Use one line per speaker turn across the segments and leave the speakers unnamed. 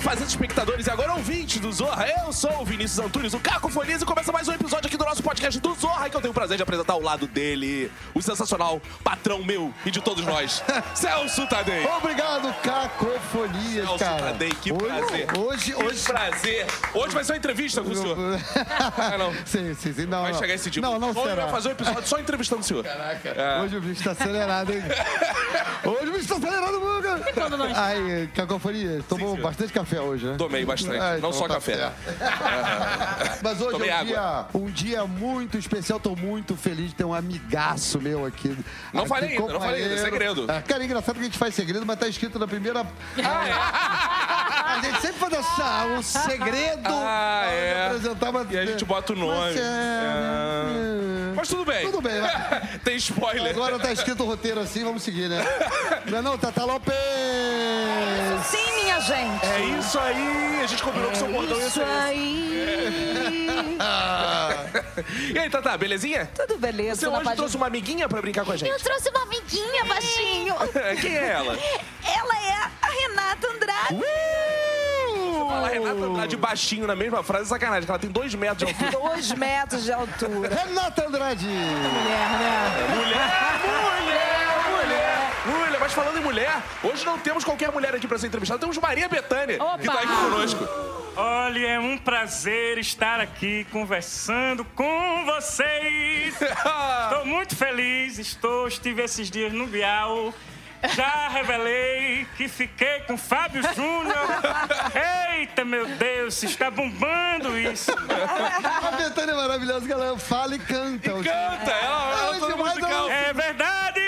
fazentos espectadores e agora ouvintes do Zorra. Eu sou o Vinícius Antunes, o Cacofonias, e começa mais um episódio aqui do nosso podcast do Zorra, que eu tenho o prazer de apresentar ao lado dele, o sensacional patrão meu e de todos nós, Celso Tadei.
Obrigado, Cacofonias,
Celso
cara.
Tadei, que
Hoje-
prazer.
Hoje,
Que
hoje...
prazer. Hoje vai ser uma entrevista com o senhor. Ah, não.
Sim, sim, sim. Não,
Vai
não.
chegar esse dia.
Não, não
Hoje
será.
vai fazer um episódio só entrevistando o senhor. Caraca.
Hoje o bicho tá acelerado, hein? hoje o bicho tá acelerado, mano.
quando nós-
Ai, Cacofonias, tomou
senhor.
bastante café hoje, né?
Tomei bastante,
Ah,
não
então
só
tá
café.
certo. Mas hoje
Tomei
é um
água.
dia, um dia muito especial. Tô muito feliz de ter um amigaço meu aqui.
Não
aqui,
falei ainda, não falei ainda, é
companheiro.
segredo. Ah,
Ah, Cara, é engraçado que a gente faz segredo, mas tá escrito na primeira. A gente sempre faz essa, um segredo
é? Ah,
na hora de
é.
apresentar, mas,
E a gente bota o
Mas,
nome.
é,
É.
né?
Mas tudo bem.
Tudo bem, né? vai.
Tem spoiler.
Agora tá escrito o roteiro assim, vamos seguir, né? Não é não, Tata Lopes!
Sim, minha gente.
É isso aí. A gente combinou com o seu bordão. e
É
Isso
esse- É.
aí.
E aí, Tata, belezinha?
Tudo beleza,
Você
na
hoje
paz de-
trouxe uma amiguinha pra brincar com a
Eu
gente.
trouxe uma amiguinha, baixinho.
Quem é ela?
Ela é a Renata Andrade.
Fala Renata Andrade baixinho na mesma frase, é sacanagem, que ela tem dois metros de altura.
Dois metros de altura.
Renata Andrade!
É,
Mulher, né?
mulher, mulher, mulher, mulher. Mas falando em mulher, hoje não temos qualquer mulher aqui pra ser entrevistada, temos Maria Bethânia, que
Opa!
tá aqui conosco.
Olha, é um prazer estar aqui conversando com vocês. Estou muito feliz, estou, estive esses dias no Bial. Já revelei que fiquei com Fábio Júnior. Eita, meu Deus, está bombando isso.
A Betânia é maravilhosa, que ela fala e canta. hoje.
Canta, ela, ela é
Ai,
toda
demais,
musical.
É verdade!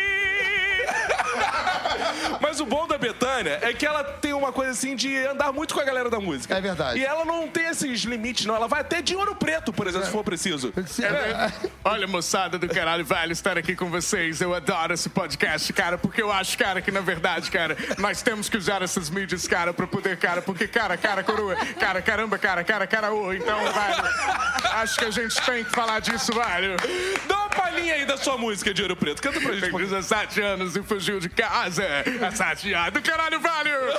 Mas o bom da Betânia é que ela tem uma coisa assim de andar muito com a galera da música.
É verdade.
E ela não tem esses limites, não. Ela vai até de ouro preto, por
É.
exemplo, se for preciso.
Se-
Olha, moçada do caralho, velho, estar aqui com vocês. Eu adoro esse podcast, cara, porque eu acho, cara, que na verdade, cara, nós temos que usar essas mídias, cara, pra poder, cara, porque, cara, cara, coroa, cara, caramba, cara, cara, cara, ô, então, velho, acho que a gente tem que falar disso, velho.
Dá uma palhinha aí da sua música de ouro preto. Canta pra gente. um
Tenho
pouquinho.
17 anos e fugiu de casa. Assateado do caralho, velho!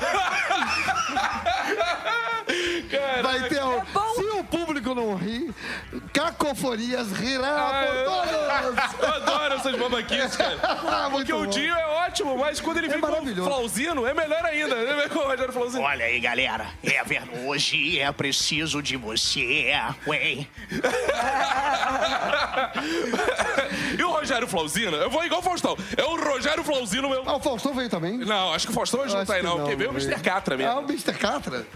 Cara,
Vai ter um...
bom.
Se o público não rir, cacofonias
Ah,
rirá por todos!
eu adoro essas babaquices, cara. Porque
Muito
o
Tá bom.
Dinho é ótimo, mas quando ele vem com o
maravilhoso.
Flauzino, é melhor ainda. Ele vem com o Rogério Flauzino.
Olha aí, galera. É ver- hoje é preciso de você, ué.
E o Rogério Flauzino, eu vou igual o Faustão. É o Rogério Flauzino, meu.
Ah, o Faustão veio também?
Não, acho que o Faustão hoje não
Acho
tá aí,
que
não. Quem veio é o
veio.
Mr. Catra mesmo.
Ah, o Mr. Catra?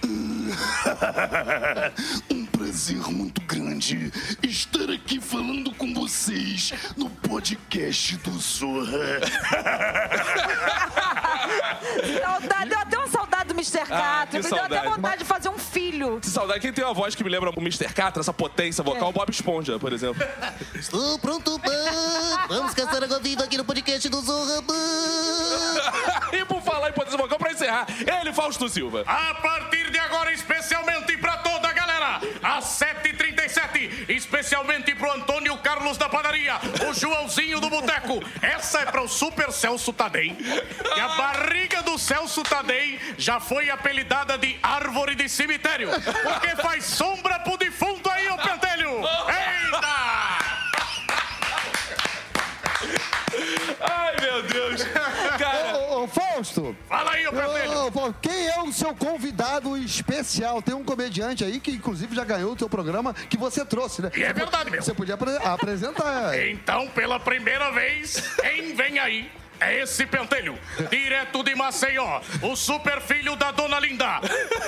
Um prazer muito grande estar aqui falando com vocês no podcast do Zorra.
Saudade, deu até uma saudade do Mr.
Ah,
Catra.
que
Me deu até
saudade.
vontade de fazer um filho.
Que saudade. Quem tem uma voz que me lembra o Mr. Catra, essa potência
É.
vocal, o Bob Esponja, por exemplo.
Estou pronto, ban. Vamos caçar água viva aqui no podcast do Zorra, ban.
e por falar em potência vocal, pra encerrar, ele, Fausto Silva.
A partir de agora, especialmente pra toda a galera, às 7h37, especialmente pro Antônio Carlos da Padaria, o Joãozinho do Boteco. Essa é pro Super Celso Tadei. E a barriga do Celso Tadei já foi apelidada de árvore de cemitério, porque faz sombra pro defunto aí, ô pentelho. Eita!
Ai, meu Deus. Cara,
Ô, ô, Fausto!
Fala aí, ô pentelho.
Ô, Fausto, quem é o seu convidado especial? Tem um comediante aí que, inclusive, já ganhou o teu programa que você trouxe, né?
E é verdade mesmo.
Você podia apre- apresentar. é.
Então, pela primeira vez, quem vem aí? É esse pentelho, direto de Maceió, o super filho da Dona Linda.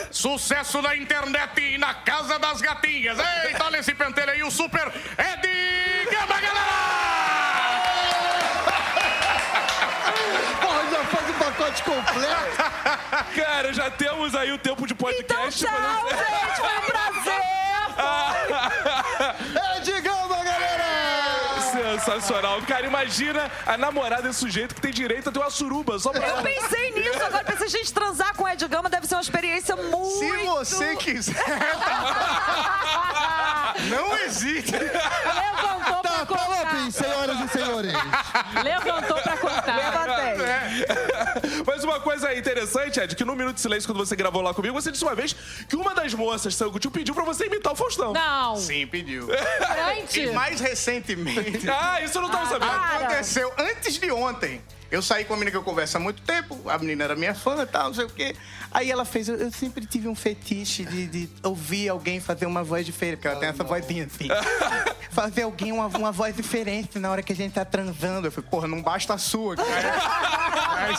Sucesso na internet e na casa das gatinhas. Eita, olha esse pentelho aí, o super Ed Gama, galera!
Porra, já faz um pacote completo.
cara, já temos aí o tempo de
Então,
podcast.
tchau,
tipo, né? mas-
gente. Foi um prazer.
É de gama, galera!
Sensacional. Cara, imagina a namorada desse sujeito que tem direito a ter uma suruba só pra
Eu
ela.
pensei nisso. Agora pensei, gente, transar com o Ed Gama deve ser uma experiência muito...
Se você quiser, não hesite.
Levantou pra
Tata Lopes,
contar.
senhoras e senhores.
Tá Levantou pra contar. Levantei.
Mas uma coisa aí, interessante, Ed, que no Minuto de Silêncio, quando você gravou lá comigo, você disse uma vez que uma das moças, seu tio, pediu pra você imitar o Faustão.
Não.
Sim, pediu.
Grande.
E mais recentemente,
Ah, isso eu não tava sabendo.
aconteceu antes de ontem. Eu saí com uma menina que eu converso há muito tempo, a menina era minha fã e tal, não sei o quê. Aí ela fez, eu, eu sempre tive um fetiche de, de ouvir alguém fazer uma voz diferente, porque ela tem essa vozinha assim. fazer alguém uma, uma voz diferente na hora que a gente tá transando. Eu falei, porra, não basta a sua, cara. É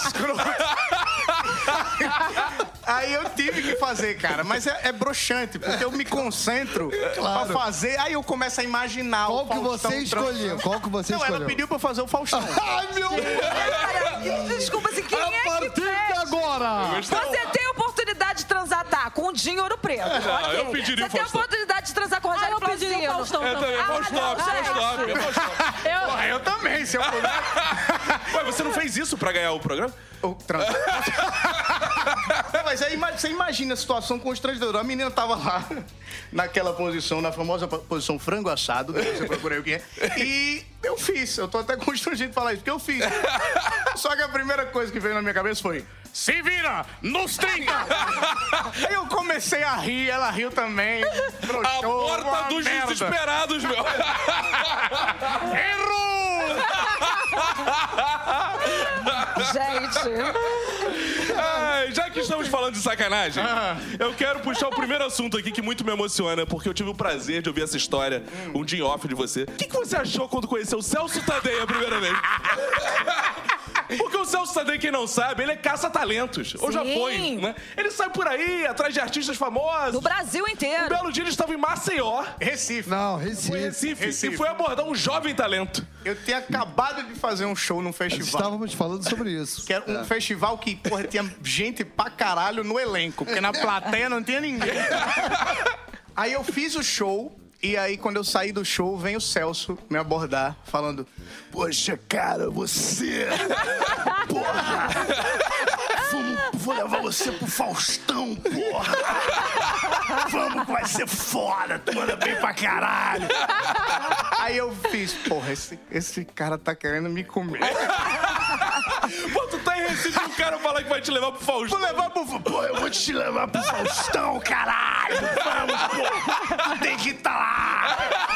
escroto. Aí eu tive que fazer, cara. Mas é, é broxante, porque eu me concentro pra fazer. Aí eu começo a imaginar
Qual
o
que
Faustão
você escolheu?
transando.
Qual que você
Não, ela
escolheu?
pediu pra eu fazer o Faustão.
Ai, meu
Cara, Desculpa, assim, quem
A
é que
partir de
fez?
agora!
Você é tem a oportunidade de transar, tá, com o Dinho Ouro Preto. ok.
eu pediria o
Você tem a
Faustão.
oportunidade de transar com o
Ah,
Rogério
eu pedi o
Flauzino.
Faustão
É, Eu
também.
também,
Ah, não,
Faustão,
vai.
Faustão, é Faustão.
Eu,
Ah, eu também, se eu puder.
Ué, você não fez isso pra ganhar o programa?
Eu trans- Não, mas aí ima- você imagina a situação constrangedora. A menina tava lá, naquela posição, na famosa po- posição frango assado, que você procurei o que é. E eu fiz. Eu tô até constrangido de falar isso, porque eu fiz. Só que a primeira coisa que veio na minha cabeça foi.
Se vira nos 30!
Aí eu comecei a rir, ela riu também.
A
broxou, uma
porta dos
merda.
desesperados, meu.
Erro!
Gente,
Ai, já que estamos falando de sacanagem,
Ah.
eu quero puxar o primeiro assunto aqui que muito me emociona, porque eu tive o prazer de ouvir essa história, um dia em off de você. O que, que você achou quando conheceu o Celso Tadei a primeira vez? Porque o Celso Tadei, quem não sabe, ele é caça-talentos. Ou já
Sim.
foi, né? Ele sai por aí, atrás de artistas
do
famosos.
Brasil
Um
inteiro.
belo dia ele estava em Maceió,
Recife.
Não, Recife.
Recife,
Recife.
e foi abordar um jovem talento.
Eu tinha acabado de fazer um show num festival.
Estávamos falando sobre isso.
Que
É.
era um festival que, porra, tinha gente pra caralho no elenco, porque na plateia não tinha ninguém. Aí eu fiz o show, e aí quando eu saí do show, vem o Celso me abordar, falando:
Poxa, cara, você. Porra! Vamos, vou levar você pro Faustão, porra! Vamos, que vai ser foda! Tu manda bem pra caralho!
Aí eu fiz, porra, esse, esse cara tá querendo me comer.
Pô, tu tá em Recife e o cara fala que vai te levar pro Faustão.
Vou levar pro. Pô, eu vou te levar pro Faustão, caralho! Vamos, pô! Tem que tá lá!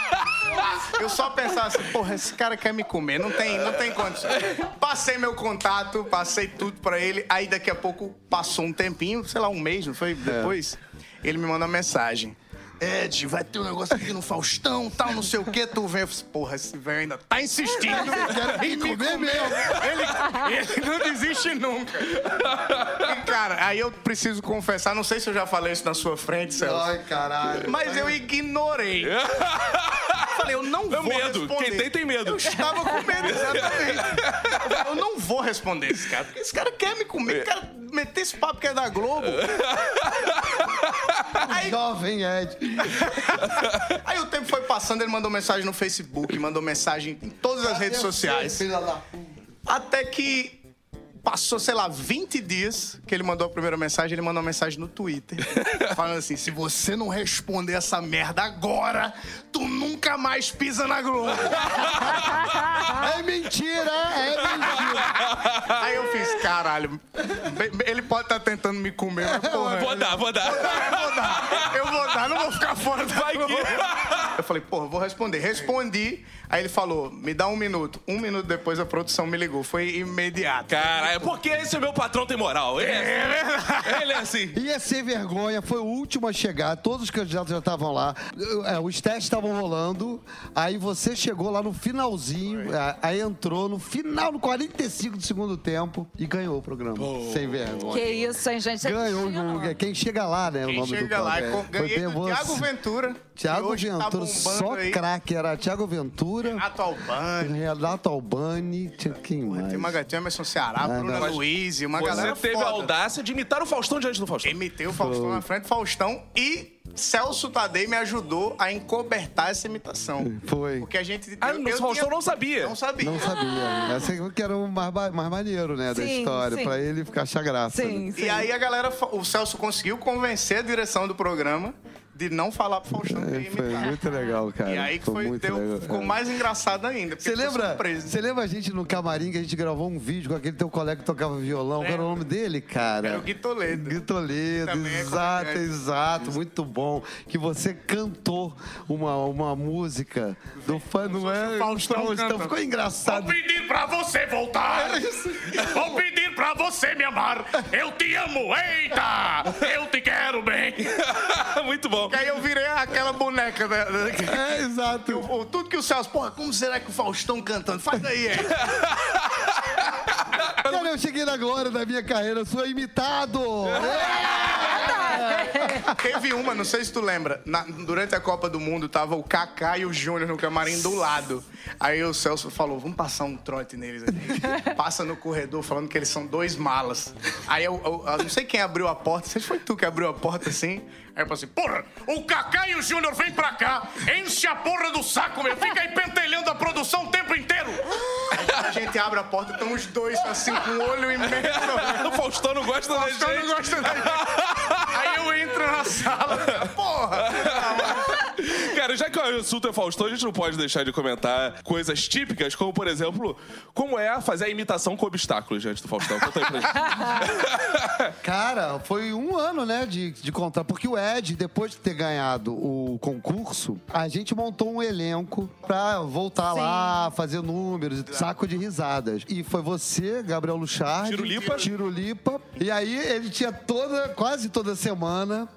Eu só pensava assim, porra, esse cara quer me comer, não tem, não tem condição. Passei meu contato, passei tudo pra ele, aí daqui a pouco passou um tempinho, sei lá, um mês, não foi? Depois,
É.
ele me manda uma mensagem.
Ed, vai ter um negócio aqui no Faustão, tal.
Tal, não sei o que, tu vem. Eu falei, porra, esse velho ainda tá insistindo.
Quero me comer mesmo.
Ele, ele não desiste nunca. E, cara, aí eu preciso confessar, não sei se eu já falei isso na sua frente, Celso.
Ai, caralho.
Mas eu ignorei. Falei, eu não
É
vou
medo.
responder.
Quem tem, tem medo.
Eu estava com medo, exatamente. Eu falei, Eu não vou responder esse cara, porque esse cara quer me
É.
comer, quer meter esse papo que é da Globo.
Jovem Ed.
Aí o tempo foi passando, ele mandou mensagem no Facebook, mandou mensagem em todas as redes sociais.
Filha da puta.
Até que passou, sei lá, 20 dias que ele mandou a primeira mensagem, ele mandou uma mensagem no Twitter. falando assim: se você não responder essa merda agora, tu nunca mais pisa na Globo.
É mentira, é mentira.
Aí eu fiz, caralho, be- be- ele pode estar tentando me comer, mas porra.
Vou dar, vou dar.
Eu vou dar, eu vou dar, não vou ficar fora da
Vai
Globo.
que...
Eu falei, porra, vou responder. Respondi, aí ele falou, me dá um minuto. Um minuto depois a produção me ligou, foi imediato.
Caralho, porque esse é meu patrão tem moral. Ele é assim. Ele é assim.
Ia ser vergonha, foi o último a chegar, todos os candidatos já estavam lá, é, os testes estavam rolando, aí você chegou lá no finalzinho, é, aí entrou no final, no 45 do segundo tempo, e ganhou o programa. Sem vergonha.
Que isso, hein, gente? É
Ganhou o Guga. Quem chega lá, né? o
Quem
nome do
chega lá,
programa.
com-
Foi
ganhei
bem
do
você.
Thiago Ventura. que
Thiago
hoje tá
Ventura,
bombando
só
aí.
craque. Era Thiago Ventura,
Renato Albani,
Renato Albani, tinha quem é mais? Ah,
tem Magatinho, Emerson Ceará, Bruna
não.
Luiz, uma
Você
galera é
teve a
foda.
audácia de imitar o Faustão diante do Faustão.
Imitei o Faustão na frente, Faustão e Celso Tadei me ajudou a encobertar essa imitação.
Foi.
Porque a gente...
Ah, mas o Faustão não sabia.
Não sabia.
Não sabia. Eu sei que era o mais, ba- mais maneiro, né, da
Sim,
história,
sim.
pra ele ficar achar graça. né?
Sim, sim.
E aí a galera, fa- o Celso conseguiu convencer a direção do programa de não falar pro Faustão que ia
É, Foi
imitar.
muito legal, cara.
E aí que
Foi
foi,
muito
deu-
legal, é.
ficou
cara.
mais engraçado ainda. porque
Você
ficou
lembra,
surpreso.
você lembra a gente no camarim que a gente gravou um vídeo com aquele teu colega que tocava violão? Qual era o nome dele, cara?
Era o Gui Toledo.
Gui Toledo,
Também é
exato,
comediante.
exato. Muito bom. Que você cantou uma, uma música do fã, não é?
Faustão canta.
Ficou
Vou
engraçado.
pedir pra você voltar. Vou pedir pra você me amar. Eu te amo, eita! Eu te quero bem.
Muito bom.
E aí eu virei aquela boneca. Da, da-
É, exato.
o- tudo que o Celso, porra, como será que o Faustão cantando? Faz aí, é.
Cara, eu cheguei na glória da minha carreira, eu sou imitado.
Teve uma, não sei se tu lembra. na- durante a Copa do Mundo, tava o Kaká e o Júnior no camarim do lado. Aí o Celso falou: vamos passar um trote neles aqui. Passa no corredor falando que eles são dois malas. Aí eu, eu- eu não sei quem abriu a porta, se foi tu que abriu a porta assim. Aí eu falei assim:
Porra, o Cacá e o Júnior vêm pra cá, enche a porra do saco, meu. Fica aí pentelhando a produção o tempo inteiro.
a gente abre a porta, estão os dois assim com o olho imenso.
O Faustão não gosta da
Faustão
gente.
não gosta da gente. Aí eu entro na sala, porra!
Cara, já que o assunto é Faustão, a gente não pode deixar de comentar coisas típicas, como, por exemplo, como é fazer a imitação com obstáculos diante do Faustão. Conta aí pra gente.
Cara, foi um ano, né, de, de contar. Porque o Ed, depois de ter ganhado o concurso, a gente montou um elenco pra voltar lá, fazer números, saco de risadas. E foi você, Gabriel Luchard.
Tiro Lipa.
Tiro Lipa. E aí ele tinha toda, quase toda semana.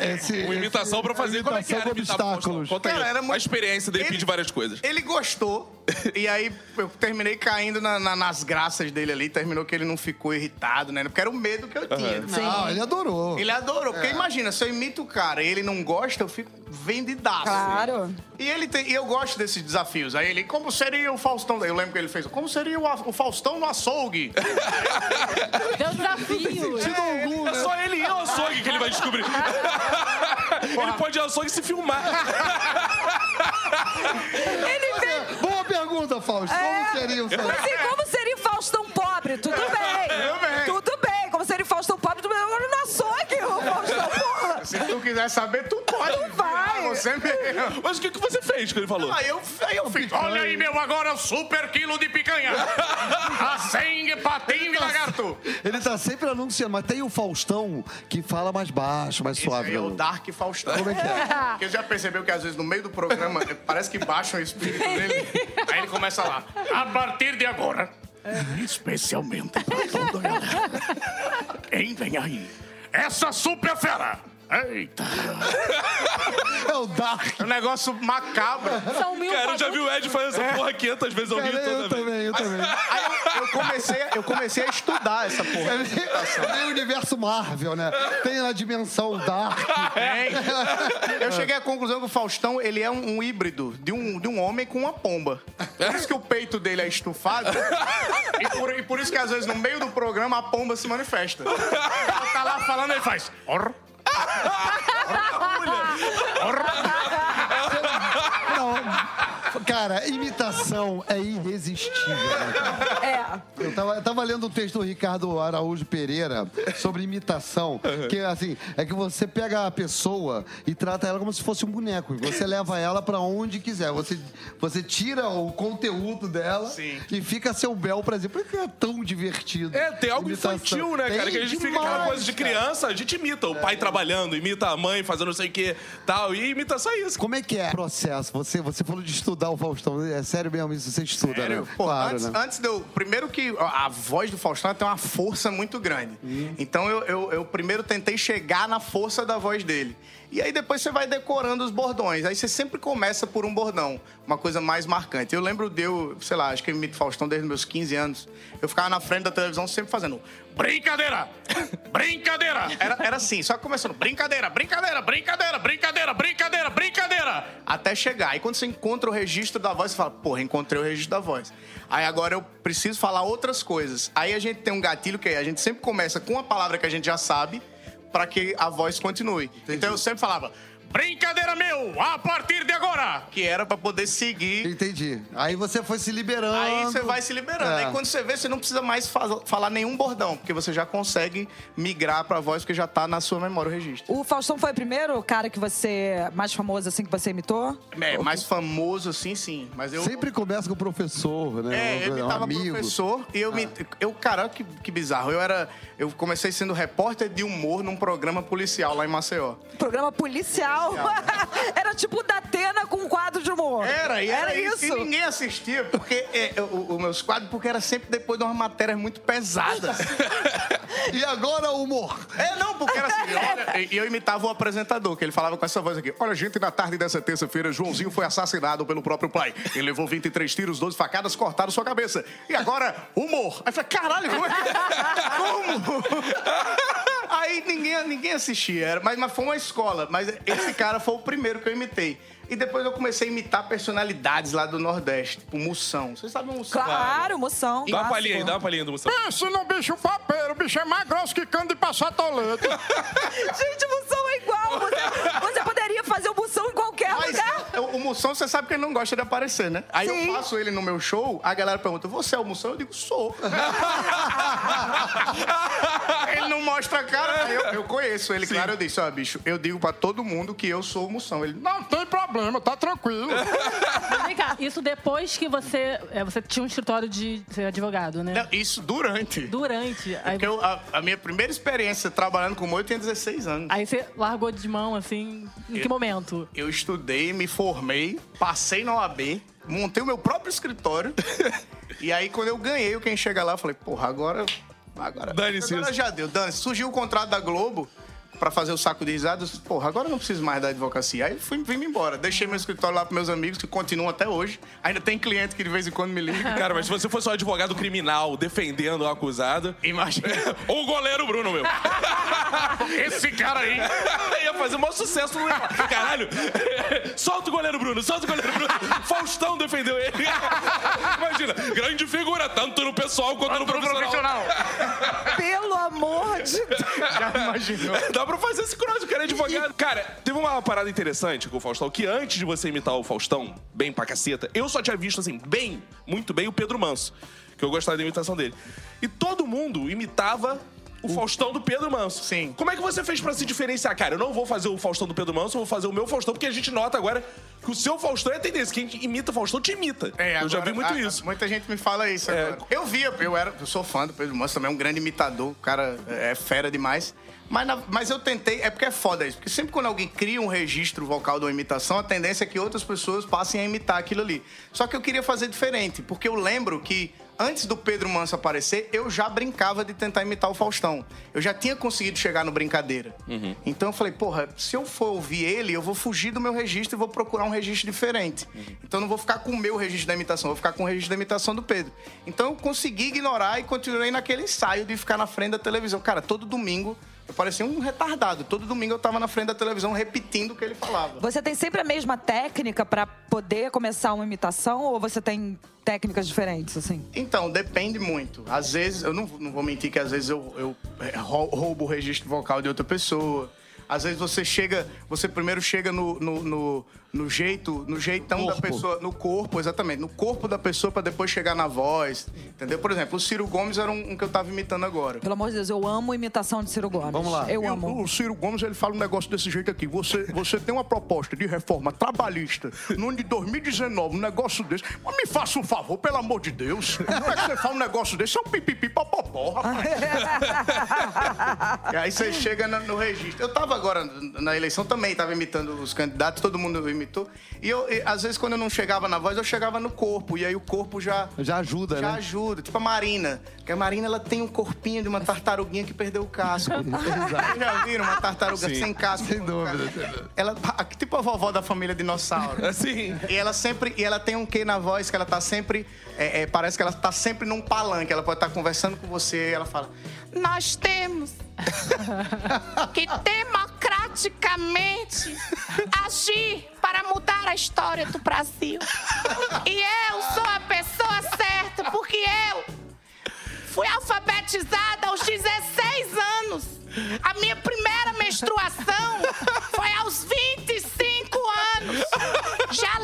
é, Esse,
Uma imitação pra fazer. Como é que era
imitação com
imitar o Faustão?
obstáculos.
Conta aí.
Cara, era muito-
A experiência dele
Ele-
pedir várias coisas.
Ele gostou, e aí eu terminei caindo na- na- nas graças dele ali. Terminou que ele não ficou irritado, né? Porque era o medo que eu tinha.
Não, Ah, ele adorou.
Ele adorou, porque imagina, se eu imito o cara e ele não gosta, eu fico vendidaço.
Claro.
E ele tem, e eu gosto desses desafios. Aí ele, como seria o Faustão? Eu lembro que ele fez, como seria o, a- o Faustão no açougue? é
Deu desafio.
Sentido algum,
É
né?
só ele ir ao açougue que ele vai descobrir. ele pode ir ao açougue e se filmar.
Boa pergunta, Fausto. É.
É.
Como seria um o seu...
Mas assim, como seria o Faustão pobre? Tudo bem. Tudo bem. Como seria o Faustão pobre? Tudo bem. Agora no açougue, o Faustão, porra.
Se tu quiser saber, tu pode.
Tu vai.
Você mesmo.
Mas o que, que você fez quando ele falou?
Aí eu, aí eu fiz,
Olha aí, meu, agora super quilo de picanha. Azengue, patinho e
Então.
lagarto.
Ele tá sempre anunciando, mas tem o Faustão que fala mais baixo, mais
Esse aí
suave.
é o Dark Faustão. Como é que é? Porque já percebeu que às vezes no meio do programa parece que baixam o espírito dele. Aí ele começa lá.
A partir de agora,
É.
especialmente pra toda a galera. Hein, vem aí. Essa super fera. Eita.
É o Dark.
É um negócio macabro.
São mil
Cara, eu já vi o Ed fazer essa porra 500 vezes ao
Cara,
vivo
eu
toda vez.
também, eu também.
Aí eu, eu comecei, eu comecei a estudar essa
É
porra.
meio- é meio o universo Marvel, né? Tem na dimensão Dark.
Eu
Ah.
cheguei à conclusão que o Faustão ele é um, um híbrido de um, de um homem com uma pomba. Por isso que o peito dele é estufado. E por, e por isso que às vezes no meio do programa a pomba se manifesta.
Ela tá lá falando, ele faz. Or,
Não. Cara, imitação é irresistível. né, cara?
É.
Eu tava, eu tava lendo um texto do Ricardo Araújo Pereira sobre imitação. Que assim, é que você pega a pessoa e trata ela como se fosse um boneco. E você leva ela pra onde quiser. Você, você tira o conteúdo dela e fica a seu bel prazer. Por que é tão divertido?
É, tem algo
imitação?
infantil, né, cara?
Tem
Que a gente fica aquela
demais,
coisa de
cara. É.
criança, a gente imita o pai trabalhando, imita a mãe fazendo não sei o que tal, e imita só isso.
Como é que é o processo? Você, você falou de estudar o Faustão. É sério mesmo isso? Você estuda, né?
Pô,
claro,
antes,
né?
antes de eu. Primeiro que a a voz do Faustão tem uma força muito grande.
Uhum.
Então eu, eu, eu primeiro tentei chegar na força da voz dele. E aí depois você vai decorando os bordões. Aí você sempre começa por um bordão, uma coisa mais marcante. Eu lembro de eu, sei lá, acho que eu imito Faustão desde meus 15 anos. Eu ficava na frente da televisão sempre fazendo.
brincadeira. Brincadeira.
Era, era assim, só começando, brincadeira, brincadeira,
Brincadeira, brincadeira, brincadeira, brincadeira.
até chegar. Aí quando você encontra o registro da voz, você fala, porra, encontrei o registro da voz. Aí agora eu preciso falar outras coisas. Aí a gente tem um gatilho que é, a gente sempre começa com uma palavra que a gente já sabe pra que a voz continue. Então eu sempre falava,
Brincadeira meu, a partir de agora,
parar, que era pra poder seguir.
Entendi. Aí você foi se liberando.
Aí você vai se liberando.
É.
Aí quando você vê, você não precisa mais fa- falar nenhum bordão, porque você já consegue migrar pra voz, porque já tá na sua memória o registro.
O Faustão foi o primeiro cara que você. mais famoso assim que você imitou?
É, mais famoso assim, sim. Mas eu.
Sempre começa com o professor, né?
É, eu
um
imitava
amigo. Ah.
professor e eu me. Eu, cara, que, que bizarro. Eu era. Eu comecei sendo repórter de humor num programa policial lá em Maceió.
Programa policial. era tipo o da Atena com um quadro de humor.
Era, e era, isso. E
isso.
ninguém assistia, porque é, eu- o- os meus quadros, porque era sempre depois de umas matérias muito pesadas.
e agora o humor.
É, não, porque era assim, olha, e- e eu imitava o apresentador, que ele falava com essa voz aqui. Olha, gente, na tarde dessa terça-feira, Joãozinho foi assassinado pelo próprio pai. Ele levou 23 tiros, 12 facadas, cortaram sua cabeça. E agora, humor. Aí eu falei, caralho, como? é que- como? Aí ninguém, ninguém assistia, era- mas, mas foi uma escola. Mas esse cara foi o primeiro que eu imitei. E depois eu comecei a imitar personalidades lá do Nordeste, tipo Moção. Vocês sabem o Moção?
Claro, moção.
Dá uma
clássico.
palhinha aí, dá uma palhinha do Moção.
Pensa no bicho papeiro, o bicho é mais grosso que cano de passar tolete.
Gente, moção é igual. Você, você poderia fazer o moção em qualquer
Mas é
lugar.
o- o Moção, você sabe que ele não gosta de aparecer, né? Aí eu faço ele no meu show, a galera pergunta, você é o Moção? Eu digo, sou. ele não mostra a cara, eu, eu conheço ele, claro. Eu disse, ó, bicho, eu digo pra todo mundo que eu sou o Moção. Ele, não.
Não tem problema, tá tranquilo.
Mas vem cá, isso depois que você. é, você tinha um escritório de ser advogado, né?
Não, Isso durante.
Durante. Aí,
Porque eu- a, a minha primeira experiência trabalhando com humor, eu tinha 16 anos.
aí você largou de mão, assim. Em que
Eu-
momento?
Eu estudei, me formei, passei na OAB, montei o meu próprio escritório. e aí, quando eu ganhei, o quem chega lá, eu falei, porra, agora. Agora,
Dane-se
agora
isso.
já deu. Dane, surgiu o contrato da Globo pra fazer o saco de risadas. Porra, agora eu não preciso mais da advocacia. Aí fui, vim embora. Deixei meu escritório lá pros meus amigos, que continuam até hoje. Ainda tem cliente que de vez em quando me liga.
Cara, mas se você fosse um advogado criminal defendendo o acusado.
Imagina.
Ou o goleiro Bruno, meu.
Esse cara aí.
Ia fazer o maior sucesso no Real. Caralho! Solta o goleiro Bruno, solta o goleiro Bruno. Faustão defendeu ele. Imagina, grande figura, tanto no pessoal quanto no profissional.
Pelo amor de Deus.
Já imaginou?
É, Dá pra fazer esse cross, o cara é advogado. Cara, teve uma parada interessante com o Faustão, que antes de você imitar o Faustão, bem pra caceta, eu só tinha visto, assim, bem, muito bem, o Pedro Manso, que eu gostava da imitação dele. E todo mundo imitava o Faustão do Pedro Manso.
Sim.
Como é que você fez pra se diferenciar? Cara, eu não vou fazer o Faustão do Pedro Manso, eu vou fazer o meu Faustão, porque a gente nota agora que o seu Faustão é tendência. Quem imita o Faustão te imita.
É,
eu já vi
agora,
muito
a-
isso. É.
Muita gente me fala isso agora. Eu via, eu, era, eu sou fã do Pedro Manso, também é um grande imitador, o cara é fera demais. Mas, na- mas eu tentei, é porque é foda isso, porque sempre quando alguém cria um registro vocal de uma imitação, a tendência é que outras pessoas passem a imitar aquilo ali. Só que eu queria fazer diferente, porque eu lembro que antes do Pedro Manso aparecer, eu já brincava de tentar imitar o Faustão. Eu já tinha conseguido chegar no brincadeira. Então eu falei, porra, se eu for ouvir ele, eu vou fugir do meu registro e vou procurar um registro diferente. Então eu não vou ficar com o meu registro da imitação, eu vou ficar com o registro da imitação do Pedro. Então eu consegui ignorar e continuei naquele ensaio de ficar na frente da televisão. Cara, todo domingo eu parecia um retardado. Todo domingo eu tava na frente da televisão repetindo o que ele falava.
Você tem sempre a mesma técnica pra poder começar uma imitação ou você tem técnicas diferentes, assim?
Então, depende muito. Às vezes, eu não, não vou mentir que às vezes eu, eu eh, rou- roubo o registro vocal de outra pessoa. Às vezes você chega, você primeiro chega no, no, no, no jeito, no jeitão da pessoa, no corpo, exatamente, no corpo da pessoa pra depois chegar na voz, entendeu? Por exemplo, o Ciro Gomes era um, um que eu tava imitando agora.
Pelo amor de Deus, eu amo imitação de Ciro Gomes.
Vamos lá.
Eu
E o-
amo.
O Ciro Gomes ele fala um negócio desse jeito aqui. Você, você tem uma proposta de reforma trabalhista no ano de 2019, um negócio desse. Mas me faça um favor, pelo amor de Deus. Como é que você fala um negócio desse? É um pipipi papopó, rapaz.
E aí você chega na- no, registro. Eu tava agora n- na eleição também, tava imitando os candidatos, todo mundo imitou. E eu, e às vezes, quando eu não chegava na voz, eu chegava no corpo. E aí o corpo já.
Já ajuda,
Já
né?
ajuda. Tipo a Marina. Porque a Marina, ela tem um corpinho de uma tartaruguinha que perdeu o casco. Vocês já viram uma tartaruga sem casco?
Sem dúvida.
Ela, pa- tipo a vovó da família dinossauro.
Assim.
E ela sempre, e ela tem um quê na voz que ela tá sempre, é, é, parece que ela tá sempre num palanque. Ela pode estar conversando com você e ela fala,
Nós temos que democraticamente agir para mudar a história do Brasil. E eu sou a pessoa certa, porque eu fui alfabetizada aos 16 anos. A minha primeira menstruação foi aos 25 anos. Já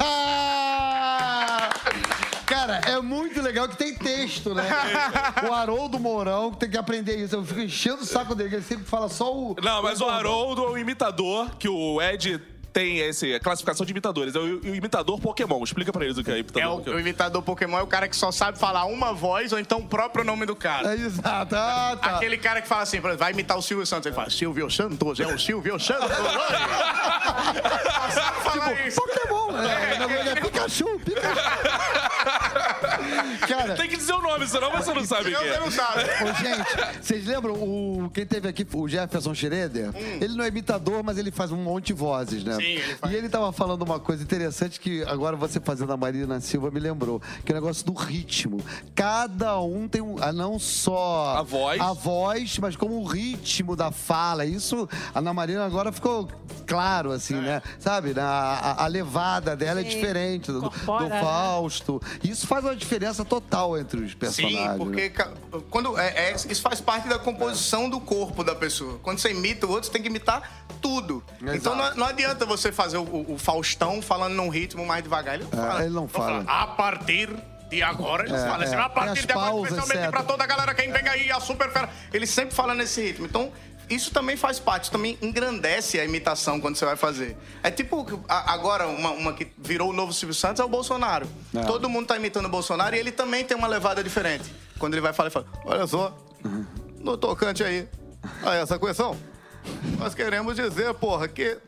Ah! é muito legal que tem texto, né? O Haroldo Mourão que tem que aprender isso. Eu fico enchendo o saco dele, que ele sempre fala só o.
Não, mas o Haroldo é o imitador que o Ed tem essa classificação de imitadores. É o, o imitador Pokémon. Explica pra eles o que é imitador
É o,
Pokémon.
o imitador Pokémon é o cara que só sabe falar uma voz ou então o próprio nome do cara.
É, exato. Ah, tá.
Aquele cara que fala assim, por exemplo, vai imitar o Silvio Santos. Ele fala, Silvio Santos, é o Silvio Santos.
tipo, Pokémon, né? Na verdade, é Pikachu, Pikachu. Cara,
Tem que dizer o nome, senão você não sabe quem é.
Ô, gente, vocês lembram o quem teve aqui, o Jefferson Schroeder? Ele não é imitador, mas ele faz um monte de vozes, né?
Hum. Sim, ele
E ele tava falando uma coisa interessante que agora você fazendo a Marina Silva me lembrou, que é o negócio do ritmo. Cada um tem um, ah, não só
A voz.
a voz, mas como o ritmo da fala. Isso a Ana Marina agora ficou claro
É.
assim, né? Sabe, na- a, a levada dela é diferente do, do
Corpora, né?
Fausto. Isso faz uma diferença total entre os personagens.
Sim,
né?
porque ca- quando é- é- isso faz parte da composição do corpo da pessoa. Quando você imita o outro, você tem que imitar tudo.
Exato.
Então não, não adianta você fazer o, o- o Faustão falando num ritmo mais devagar. Ele não fala.
É, ele não fala.
A partir de agora, eles
É,
falam assim,
é. Tem
a
as
partir de agora,
pausas,
especialmente
certo.
pra toda a galera, quem vem aí, a super fera.
Ele sempre fala nesse ritmo. Então, isso também faz parte, também engrandece a imitação quando você vai fazer. É tipo, a- agora, uma, uma que virou o novo Silvio Santos é o Bolsonaro.
É.
Todo mundo tá imitando o Bolsonaro e ele também tem uma levada diferente. Quando ele vai falar, ele fala: Olha só, no tocante aí, a essa questão, nós queremos dizer, porra, que.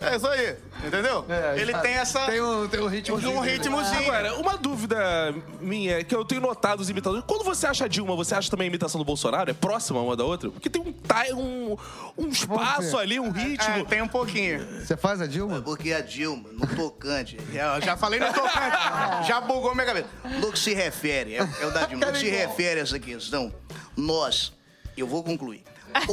É isso aí, entendeu?
É,
ele
já-
tem essa.
Tem um, tem um ritmozinho.
um ritmozinho.
Agora, uma dúvida minha é que eu tenho notado os imitadores. Quando você acha a Dilma, você acha também a imitação do Bolsonaro? É próxima uma da outra? Porque tem um, ti- um, um espaço
ver.
ali, um
É,
ritmo.
tem um pouquinho.
Você faz a Dilma?
Porque a Dilma, no tocante,
É, Eu já falei no tocante. já bugou minha cabeça.
no que se refere, é, é o da Dilma, no que se
Cara, igual.
refere a essa questão, nós, eu vou concluir. O,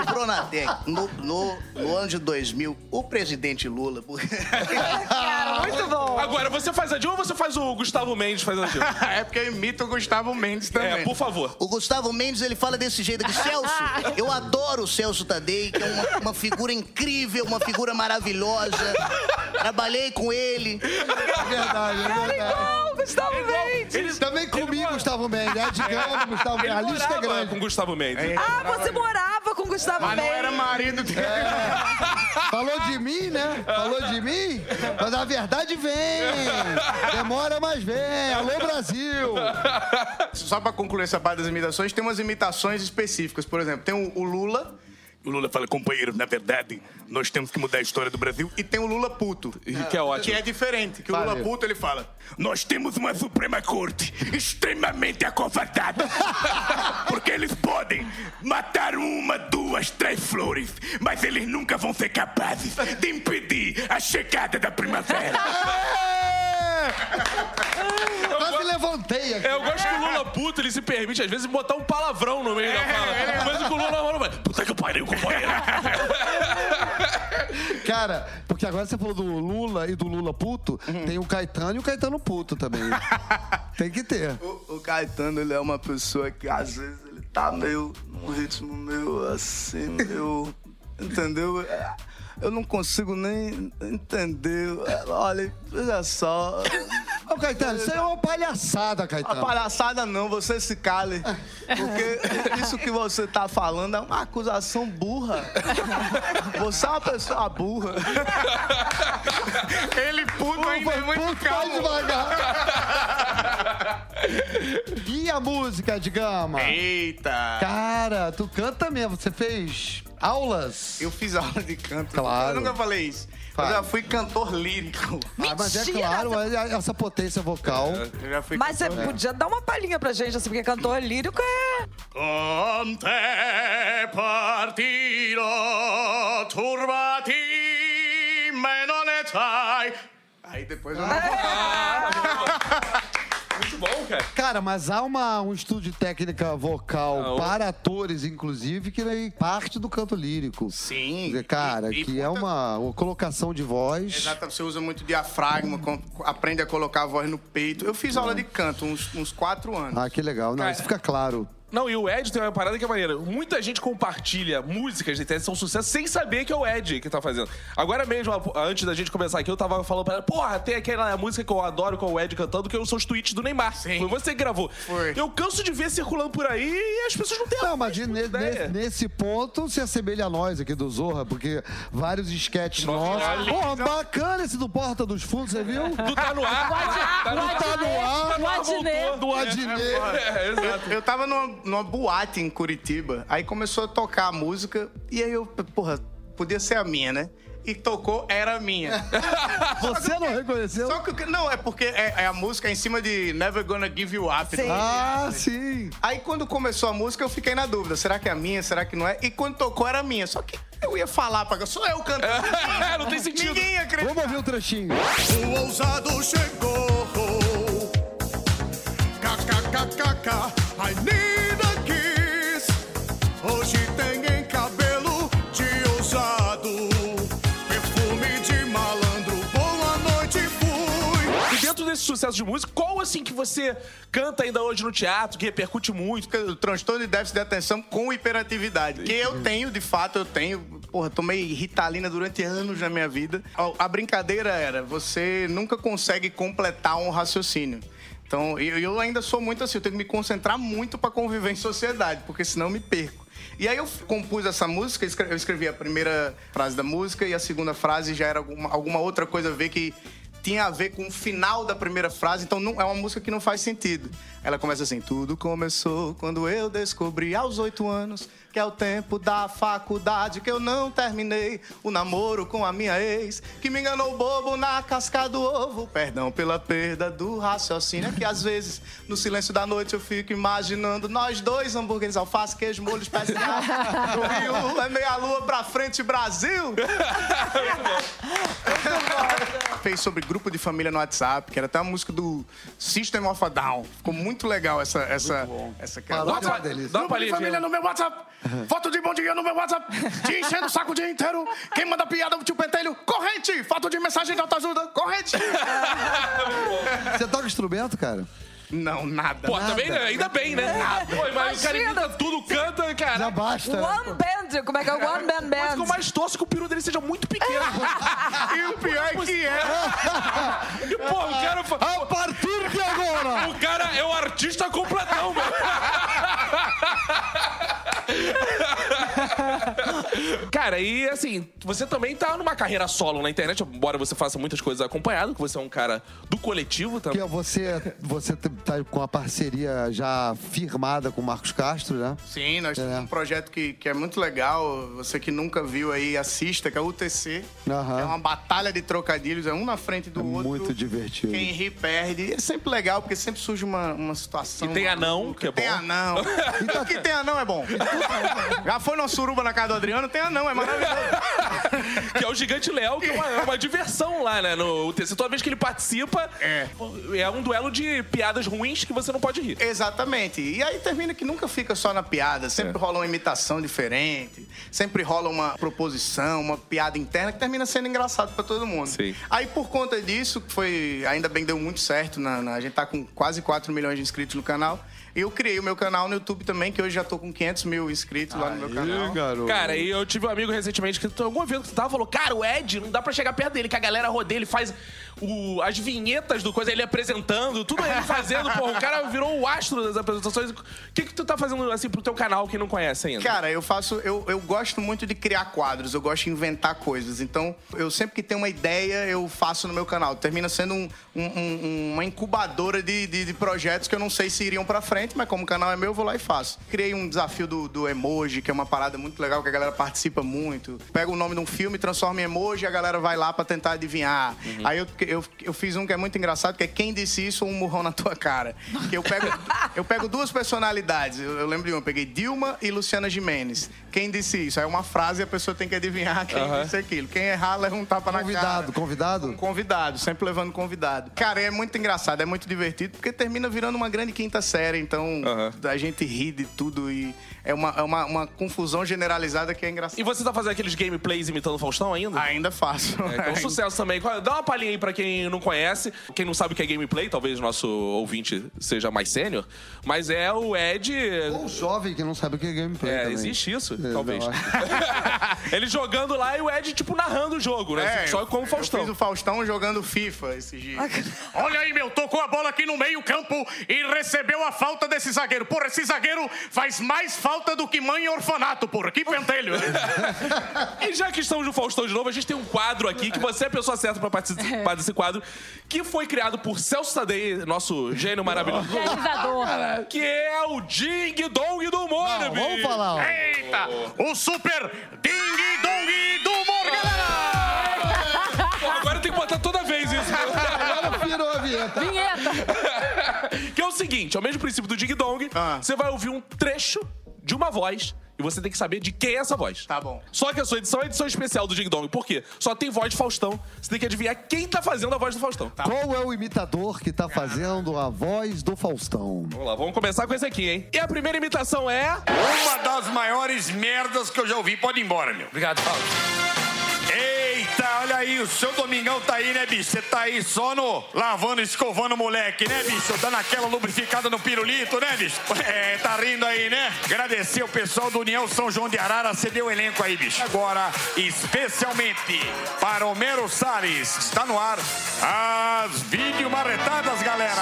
o Pronatec, no, no, no ano de 2000, o presidente Lula, porque-
Cara, muito bom.
Agora, você faz a Dilma ou você faz o Gustavo Mendes fazendo a Dilma?
é porque eu imito o Gustavo Mendes também.
é, por favor.
o Gustavo Mendes, ele fala desse jeito aqui. Celso, eu adoro o Celso Tadei, que é uma, uma figura incrível, uma figura maravilhosa. Trabalhei com ele.
É verdade, é
Era
verdade.
igual, Gustavo Mendes.
Eles
Também comi
ele mo-
Gustavo Mendes, é de grande, Gustavo
Ele
Mendes. A lista é
morava
grande.
com Gustavo Mendes.
Ah, você morava com Gustavo
Mas não
Mendes.
era marido dele.
Falou de mim, né? Falou de mim, mas a verdade vem. Demora, mas vem. Alô, Brasil.
Só pra concluir essa parte das imitações, tem umas imitações específicas. Por exemplo, tem o, o Lula.
O Lula fala, companheiro, na verdade, nós temos que mudar a história do Brasil.
E tem o Lula puto.
Que é
Que
ótimo.
é diferente. Que o
Valeu.
Lula puto, ele fala...
Nós temos uma Suprema Corte extremamente acovardada. Porque eles podem matar uma, duas, três flores, mas eles nunca vão ser capazes de impedir a chegada da primavera.
Quase levantei aqui.
É, eu gosto que o Lula puto, ele se permite, às vezes, botar um palavrão no meio da fala. Coisa que o Lula não vai. Puta que pariu, companheiro.
Cara, porque agora você falou do Lula e do Lula puto,
Uhum.
tem o Caetano e o Caetano puto também. tem que ter.
O, o Caetano, ele é uma pessoa que, às vezes, ele tá meio... Num ritmo meio assim, meio... Entendeu? É, Eu não consigo nem entender. É, Olha, olha só...
Ô, Caetano, isso aí é uma palhaçada,
A
Caetano.
palhaçada não, você se cale. Porque isso que você tá falando é uma acusação burra. Você é uma pessoa burra. Ele puto
Ufa, puto, vai devagar. e a música de gama?
Eita!
Cara, tu canta mesmo. Você fez aulas?
Eu fiz aula de canto.
Claro.
Eu nunca falei isso.
Fala.
Eu já fui cantor lírico.
Ah, mas é
Mentira!
claro, mas é essa potência vocal.
Eu já fui
Mas você
cantor
podia dar uma palhinha pra gente, assim, porque cantor lírico é.
Con te partiro, turbati, me non etai.
Aí depois eu...
Muito bom, cara.
Cara, mas há uma, um estudo de técnica vocal
Ah, o-
para atores, inclusive, que é parte do canto lírico. Quer
Sim.
dizer, Cara,
E- e
que é
puta-
uma, uma colocação de voz.
Exato, você usa muito diafragma, com- aprende a colocar a voz no peito. Eu fiz aula de canto uns, uns quatro anos.
Ah, que legal. Não, isso fica claro.
Não, e o Ed tem uma parada que é maneira. Muita gente compartilha músicas da internet que são sucesso sem saber que é o Ed que tá fazendo. Agora mesmo, a- antes da gente começar aqui, eu tava falando pra ela, porra, tem aquela música que eu adoro com o Ed cantando, que são os tweets do Neymar. Foi você que gravou. Eu canso de ver circulando por aí e as pessoas não têm
Não, mas de- ne-
ideia.
ne- nesse ponto se assemelha a nós aqui do Zorra, porque vários esquetes nossos.
olha.
Porra, bacana esse do Porta dos Fundos, você viu?
Do Tá No Ar. Tá
Tá no Ar.
Do Adnet.
Do Adnet.
É, exato.
Ah.
Eu, eu tava numa, numa boate em Curitiba, aí começou a tocar a música, e aí eu, porra, podia ser a minha, né? E tocou, era a minha.
é,
Você não reconheceu?
um
Só que, o que- não, é porque é, é a música em cima de Never Gonna Give You Up. né?
assim,
Sim. Ah, sim.
Aí quando começou a música, eu fiquei na dúvida, será que é a minha, será que não é? E quando tocou, era a minha. Só que eu ia falar, pra... só eu cantando.
não tem sentido.
Ninguém acredita.
Vamos ouvir um trechinho.
O ousado chegou. KKKKK, I need a kiss. Hoje tem em cabelo de ousado. Perfume de malandro, boa noite, fui.
E dentro desse sucesso de música, qual assim que você canta ainda hoje no teatro, que repercute muito?
O transtorno de déficit de atenção com hiperatividade. Que eu tenho, de fato, eu tenho. Porra, tomei ritalina durante anos na minha vida. A- A brincadeira era, você nunca consegue completar um raciocínio. Então, eu, eu ainda sou muito assim, eu tenho que me concentrar muito pra conviver em sociedade, porque senão eu me perco. E aí eu f- compus essa música, escre- eu escrevi a primeira frase da música e a segunda frase já era alguma, alguma outra coisa a ver que tinha a ver com o final da primeira frase, então não, é uma música que não faz sentido. Ela começa assim: Tudo começou quando eu descobri aos oito anos que é o tempo da faculdade que eu não terminei o namoro com a minha ex, que me enganou bobo na casca do ovo. Perdão pela perda do raciocínio, é que às vezes no silêncio da noite eu fico imaginando nós dois hambúrgueres, alface, queijo, molho especial. O Rio é meia-lua pra frente, Brasil! fez sobre grupo de família no WhatsApp, que era até uma música do System of a Down. Ficou muito legal essa essa essa
Parou
Dá
de uma
uma-
delícia.
Dá uma
Grupo de
palhinha.
né?
família no meu WhatsApp. Foto de bom dia no meu WhatsApp. Te enchendo o saco o dia inteiro. Quem manda piada é o tio Pentelho. Corrente. Foto de mensagem de autoajuda. Corrente.
Você toca instrumento, cara?
Não, nada.
Pô, também, né? ainda bem, né? Pô, mas o cara
Imagina.
imita tudo, canta, cara.
Já basta.
One Band, como é que é? One
Mas
Band Band.
que eu mais torço é que o peru dele seja muito pequeno.
E o pior é que é.
e, pô, o cara... fa-
A partir de agora!
O cara é o artista completão, mano. Cara, e assim, você também tá numa carreira solo na internet, embora você faça muitas coisas acompanhado, que você é um cara do coletivo também.
Porque você, você t- tá com a parceria já firmada com o Marcos Castro, né?
Sim, nós temos um projeto que, que é muito legal. Você que nunca viu aí, assista, que é o UTC.
Aham.
É uma batalha de trocadilhos, é um na frente do outro.
Muito divertido.
Quem ri perde. E é sempre legal, porque sempre surge uma, uma situação.
E tem anão, que é bom.
Tem anão. O que tem anão é bom. Já foi numa suruba na casa do Adriano, tem anão, é maravilhoso.
Que é o Gigante Léo, que é uma, é uma diversão lá, né? No UTC. Toda vez que ele participa,
É.
é um duelo de piadas ruins que você não pode rir.
Exatamente. E aí termina que nunca fica só na piada. Sempre rola uma imitação diferente, sempre rola uma proposição, uma piada interna que termina sendo engraçado pra todo mundo.
Sim.
Aí por conta disso, que foi. Ainda bem que deu muito certo. Na, na- a gente tá com quase 4 milhões de inscritos no canal. E eu criei o meu canal no YouTube também, que hoje já tô com 500 mil inscritos lá no meu canal.
garoto.
Cara, e eu tive um amigo recentemente que em algum evento que tu tava falou: Cara, o Ed, não dá pra chegar perto dele, que a galera rodeia, ele faz o- as vinhetas do coisa, ele apresentando, tudo ele fazendo, porra. O cara virou o astro das apresentações. O que, que tu tá fazendo assim pro teu canal que não conhece ainda?
Cara, eu faço. Eu, eu gosto muito de criar quadros, eu gosto de inventar coisas. Então, eu sempre que tenho uma ideia, eu faço no meu canal. Termina sendo um- um- um- uma incubadora de, de- de projetos que eu não sei se iriam pra frente, mas como o canal é meu, eu vou lá e faço. Criei um desafio do, do emoji, que é uma parada muito legal, que a galera participa muito. Pega o nome de um filme, transforma em emoji e a galera vai lá pra tentar adivinhar. Aí eu, eu, eu fiz um que é muito engraçado, que é quem disse isso, um murrão na tua cara. Que eu pego, eu pego duas personalidades. Eu, eu lembro de uma, eu peguei Dilma e Luciana Jimenez. Quem disse isso? Aí é uma frase e a pessoa tem que adivinhar quem disse aquilo. Quem errar, leva um tapa na cara.
Convidado, convidado?
Um convidado, sempre levando convidado. Cara, é muito engraçado, é muito divertido, porque termina virando uma grande quinta série, então a gente ri de tudo e é uma, é uma, uma confusão generalizada que é engraçada.
E você você tá fazendo aqueles gameplays imitando o Faustão ainda?
Ainda faço.
É, então, sucesso também. Qual- Dá uma palhinha aí pra quem não conhece. Quem não sabe o que é gameplay, talvez nosso ouvinte seja mais sênior. Mas é o Ed.
Ou jovem que não sabe o que é gameplay.
É,
também.
existe isso,
É,
talvez.
eu acho.
Ele jogando lá e o Ed, tipo, narrando o jogo, né?
É,
Só como o Faustão.
Eu fiz o Faustão jogando FIFA esses dias.
Olha aí, meu, tocou a bola aqui no meio-campo e recebeu a falta desse zagueiro. Porra, esse zagueiro faz mais falta do que mãe em orfanato, porra. Que pentelho.
E já que estamos no Faustão de novo, a gente tem um quadro aqui que você é a pessoa certa pra
É.
participar desse quadro, que foi criado por Celso Tadei, nosso gênio maravilhoso.
Realizador.
Que é o Ding Dong do Morbi.
vamos falar, ó.
Eita, o super Ding Dong do Morgan.
Pô, agora tem que botar toda vez isso. né?
Agora virou a vinheta.
Vinheta.
que é o seguinte, ao mesmo princípio do Ding Dong,
Ah.
você vai ouvir um trecho de uma voz e você tem que saber de quem é essa voz.
Tá bom.
Só que a sua edição é edição especial do Ding Dong. Por quê? Só tem voz de Faustão. Você tem que adivinhar quem tá fazendo a voz do Faustão.
Qual é o imitador que tá fazendo a voz do Faustão?
Vamos lá, vamos começar com esse aqui, hein? E a primeira imitação é...
Uma das maiores merdas que eu já ouvi. Pode ir embora, meu. Obrigado, Paulo. Eita, olha aí, o seu Domingão tá aí, né, bicho? Você tá aí só no lavando, escovando o moleque, né, bicho? Dando aquela lubrificada no pirulito, né, bicho? É, tá rindo aí, né? Agradecer o pessoal do União São João de Arara, você deu o elenco aí, bicho. Agora, especialmente para Homero Salles, está no ar as vídeo marretadas, galera.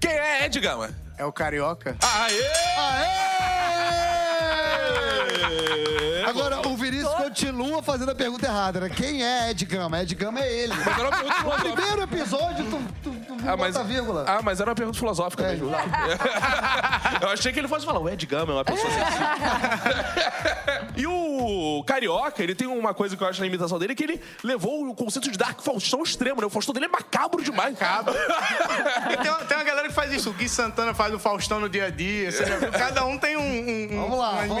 Quem é Ed Gama?
É o Carioca?
Aê! Aê!
Agora, o Vinícius continua fazendo a pergunta errada, né? Quem é Ed Gama? Ed Gama é ele.
Mas era uma pergunta
No
filosófica.
primeiro episódio, tu, tu, tu
Ah,
bota
mas,
vírgula. É.
ah, mas era uma pergunta filosófica mesmo. Eu achei que ele fosse falar, o Ed Gama é uma pessoa sensível. E o Carioca, ele tem uma coisa que eu acho na imitação dele, que ele levou o conceito de Dark Faustão ao extremo, né? O Faustão dele é macabro demais. Macabro.
E tem, uma, tem uma galera que faz isso. O Gui Santana faz o Faustão no dia a dia. você já viu? Cada um tem um, um- um-
Vamos lá,
uma
vamos lá.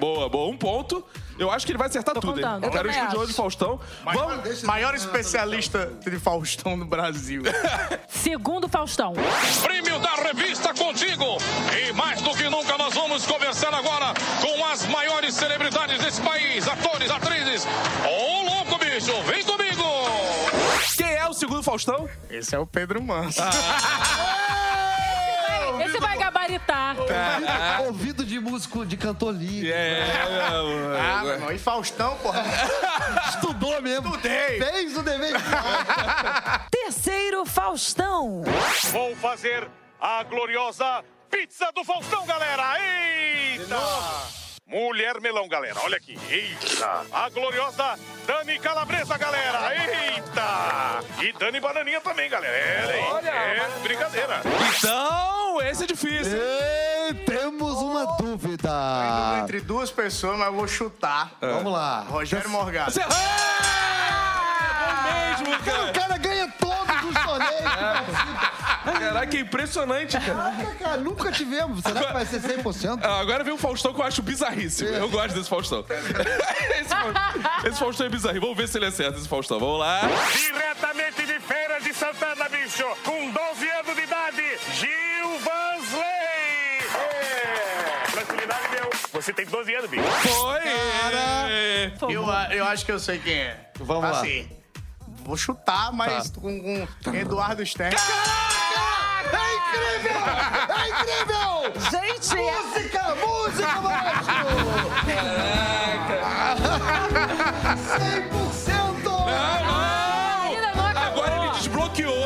boa, boa. Um ponto. Eu acho que ele vai acertar tudo,
contando,
hein?
eu
Quero o
também
estúdio
acho.
hoje, Faustão. Vamos...
Maior especialista de Faustão do Brasil.
Segundo Faustão.
Prêmio da revista Contigo. E mais do que nunca, nós vamos conversar agora com as maiores celebridades desse país: atores, atrizes. Ô louco, bicho, vem comigo!
Quem é o segundo Faustão?
Esse é o Pedro Manso.
Ah.
Esse vai gabaritar.
Ouvido- Ouvido de músico, de cantor livre.
É,
Ah, meu irmão. E Faustão, porra.
Estudou mesmo.
Estudei.
Fez o dever.
Terceiro, Faustão.
Vou fazer a gloriosa pizza do Faustão, galera! Eita! Mulher melão, galera, olha aqui. Eita! A gloriosa Dani Calabresa, galera! Eita! E Dani Bananinha também, galera. É, hein? é brincadeira.
Então, esse é difícil.
E temos uma
Ah.
dúvida.
é um Entre duas pessoas, mas eu vou chutar.
Vamos lá.
Rogério Morgado.
Você... Ah! Errou mesmo,
Cara, o
cara.
cara ganha todos os sorteios.
Caraca, é impressionante, cara.
Caraca, cara, nunca tivemos. Será que vai ser 100%?
Ah, Agora vem um Faustão que eu acho bizarríssimo. Eu gosto desse Faustão. Esse Faustão, esse Faustão é bizarro. Vamos ver se ele acerta esse Faustão. Vamos lá.
Diretamente de Feiras de Santana, bicho, com 12 anos de idade, Gil Vansley! É, Tranquilidade, meu. Você tem 12 anos, bicho.
Foi!
Eu, a- eu acho que eu sei quem é.
Vamos lá.
assim, Vou chutar, mas
Tá.
com, com Eduardo Stern.
É incrível! É incrível!
Gente, é
Música, música, maestro! Caraca! 100%!
Ainda não acabou.
Ah, Agora ele desbloqueou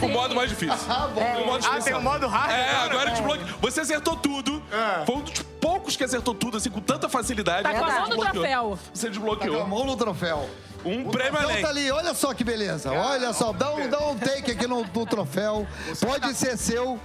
o modo mais difícil.
Ah, bom.
O modo
Ah, tem o
um
especial.
modo hard.
É, agora ele desbloqueou. Você acertou tudo.
É.
Foi um dos poucos que acertou tudo, assim, com tanta facilidade.
Tá com a mão no
Desbloqueou.
troféu.
Você
Deu Tá a
desbloqueou.
mão no troféu.
Um prêmio
Então
além.
tá ali, olha só que beleza. Olha só, dá um, dá um take aqui no, no troféu. Pode ser seu.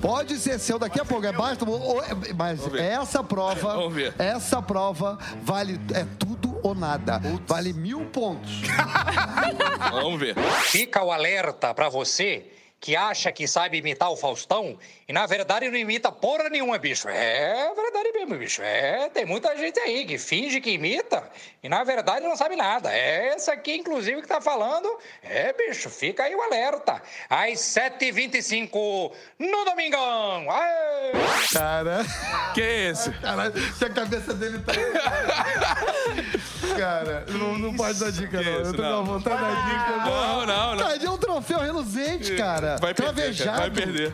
Pode ser seu daqui a pouco, é basta. ou- Mas
ver.
essa prova,
Vamos ver.
essa prova vale é tudo ou nada. Vale mil pontos. tá-
Vamos ver.
Fica o alerta para você que acha que sabe imitar o Faustão e, na verdade, não imita porra nenhuma, bicho. É verdade mesmo, bicho. É, tem muita gente aí que finge que imita e, na verdade, não sabe nada. É essa aqui, inclusive, que tá falando. É, bicho, fica aí o alerta. Às 7h25, no Domingão. Aê!
Cara.
Que é esse?
Caralho, se a cabeça dele tá. Cara, não, não pode dar dica, não. Eu tô com a vontade da dica.
Não, não, não.
Tadinho, é um troféu reluzente, cara.
Vai perder, cara,
Tá Travejado.
vai perder.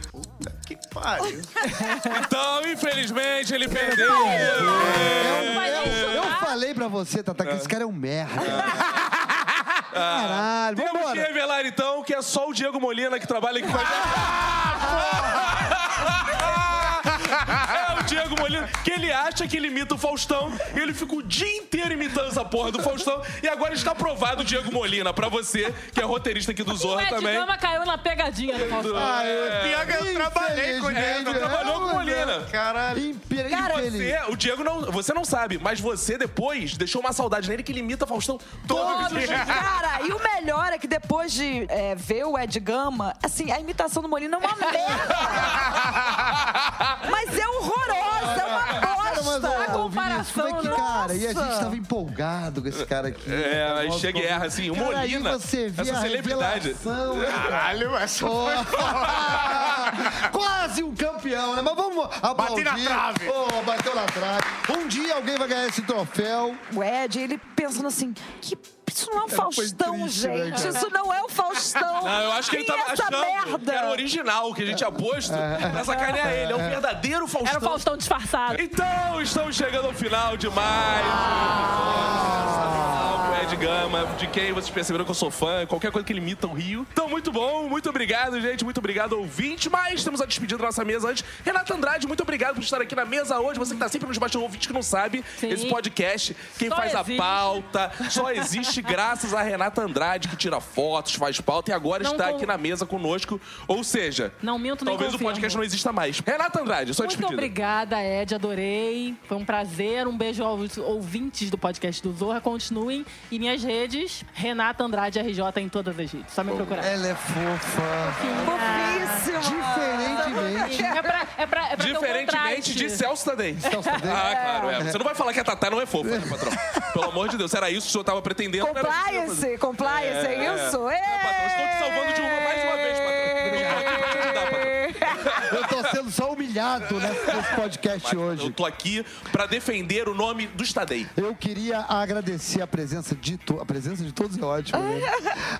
Pare.
Então, infelizmente, ele perdeu.
né?
Eu falei pra você, Tata, que esse cara é um merda.
Ah,
Caralho,
Temos que revelar, então, que é só o Diego Molina que trabalha aqui com a gente. É o Diego Molina, que ele acha que ele imita o Faustão, e ele fica o dia inteiro imitando essa porra do Faustão, e agora está provado o Diego Molina pra você, que é roteirista aqui do
O
Zorra
Ed
também.
Gama caiu na pegadinha do Faustão.
Ah, eu- pior
que eu trabalhei com ele.
Infelizmente, Tu É, trabalhou com o Molina.
Caralho.
E você, o Diego não, você não sabe, mas você depois deixou uma saudade nele que ele imita Faustão todos os
Todos,
dias.
cara. E o melhor é que depois de é, ver o Ed Gama, assim, a imitação do Molina é uma merda. Mas é horrorosa, é uma
Cara, mas,
bosta.
ó, Vinícius, como é que, é cara? E a gente tava empolgado com esse cara aqui. né?
É, aí
Nossa,
chega e erra, assim, o
Cara, aí
Molina,
você vê
essa
a
celebridade.
revelação, né?
Caralho, essa foi
Quase um campeão, né? Mas vamos aplaudir.
na trave.
Pô, bateu na trave. Um dia alguém vai ganhar esse troféu.
O Ed, ele pensando assim, que isso não é o
Cara, foi
Faustão,
triste, né,
gente.
cara?
isso não é o Faustão.
Não, eu acho que ele
Quem
tava
é essa
achando
merda.
que era o original que a gente tinha posto pra sacanear ele. É um verdadeiro Faustão.
Era o Faustão disfarçado.
Então, estamos chegando ao final de mais. um episódio do Papo Ed Gama, de quem vocês perceberam que eu sou fã, qualquer coisa que ele imita o Rio. Então, muito bom, muito obrigado, gente, muito obrigado, ouvinte. Mas temos a despedida da nossa mesa antes. Renata Andrade, muito obrigado por estar aqui na mesa hoje. Você que tá sempre nos bastidores, ouvinte que não sabe,
Sim.
esse podcast, quem
Só
faz
existe.
a pauta, só existe graças a Renata Andrade, que tira fotos, faz pauta e agora
Não
está
con-
aqui na mesa conosco. Ou seja,
Não minto, nem
talvez o
confirmo.
podcast não exista mais. Renata Andrade, só
Muito
despedida.
obrigada, Ed. Adorei. Foi um prazer. Um beijo aos ouvintes do podcast do Zorra. Continuem. E minhas redes, Renata Andrade RJ em todas as redes. Só me procurar.
Ela é fofa.
Fofíssima.
Diferentemente.
É pra, é pra, é pra
Diferentemente
ter um
de Celso Tadei.
Celso Tadei.
Ah, claro. é. Você não vai falar que a Tatá não é fofa, né, patrão? Pelo amor de Deus, era isso que o senhor tava pretendendo. não era isso que eu ia fazer.
Compliance, compliance, é,
É,
isso? É.
patrão, estou te salvando de uma mais uma vez, patrão. Estou aqui pra te ajudar,
É.
patrão.
Eu tô sendo só humilhado nesse nesse podcast hoje.
Eu tô aqui pra defender o nome do Tadei.
Eu queria agradecer a presença de to... a presença de todos é ótimo, né?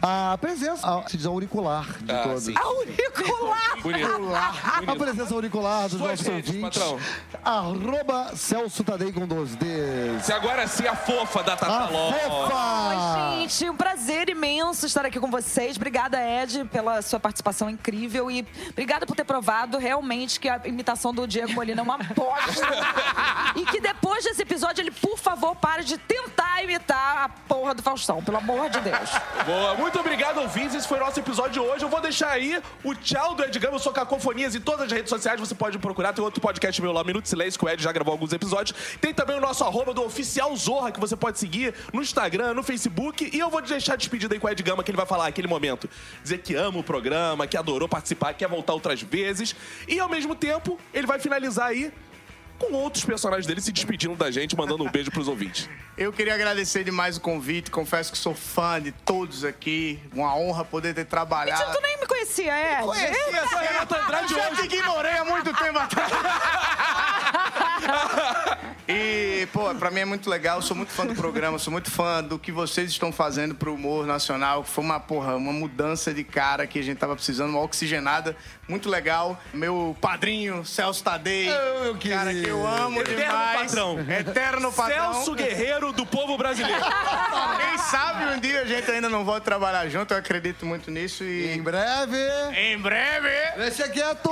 A presença a, se diz auricular de
Ah,
todos.
sim.
Auricular.
Bonito.
A presença auricular dos
Suas
nossos
redes,
ouvintes.
patrão.
Arroba Celso Tadei com dois Ds.
Se agora sim a fofa da
A
Tatá Lopes.
fofa!
Gente, um prazer imenso estar aqui com vocês. Obrigada, Ed, pela sua participação incrível e obrigada por ter provado realmente que a imitação do Diego Molina é uma bosta. e que depois desse episódio ele, por favor, pare de tentar imitar a porra do Faustão, pelo amor de Deus.
Boa, muito obrigado, ouvintes. Esse foi o nosso episódio de hoje. Eu vou deixar aí o tchau do Ed Gama. Eu sou Cacofonias em todas as redes sociais. Você pode procurar. Tem outro podcast meu lá, Minuto de Silêncio, que o Ed já gravou alguns episódios. Tem também o nosso arroba do Oficial Zorra, que você pode seguir no Instagram, no Facebook. E eu vou deixar a despedida aí com o Ed Gama, que ele vai falar aquele momento. Dizer que ama o programa, que adorou participar, que quer voltar outras vezes. E, ao mesmo tempo, ele vai finalizar aí com outros personagens dele se despedindo da gente, mandando um beijo pros ouvintes.
Eu queria agradecer demais o convite. Confesso que sou fã de todos aqui. Uma honra poder ter
Mentira,
trabalhado.
tu nem me conhecia, Ed.
Conheci essa Renata Andrade hoje. Eu te ignorei há muito tempo atrás. E, pô, pra mim é muito legal, eu sou muito fã do programa, sou muito fã do que vocês estão fazendo pro humor nacional, que foi uma, porra, uma mudança de cara que a gente tava precisando, uma oxigenada, muito legal. Meu padrinho, Celso Tadei,
Meu querido.
cara que eu amo
Eterno
demais.
patrão.
Eterno patrão.
Celso Guerreiro do povo brasileiro.
Quem sabe um dia a gente ainda não volta a trabalhar junto, eu acredito muito nisso
Em
e...
breve, é
Em breve...
deixa quieto!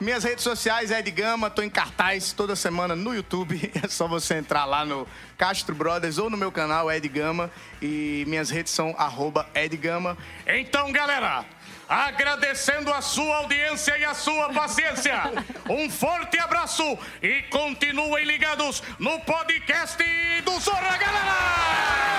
Minhas redes sociais, Ed Gama, tô em cartaz toda semana no YouTube. É só você entrar lá no Castro Brothers ou no meu canal, Ed Gama. E minhas redes são arroba Ed Gama.
Então, galera, agradecendo a sua audiência e a sua paciência, um forte abraço e continuem ligados no podcast do Zorra, galera!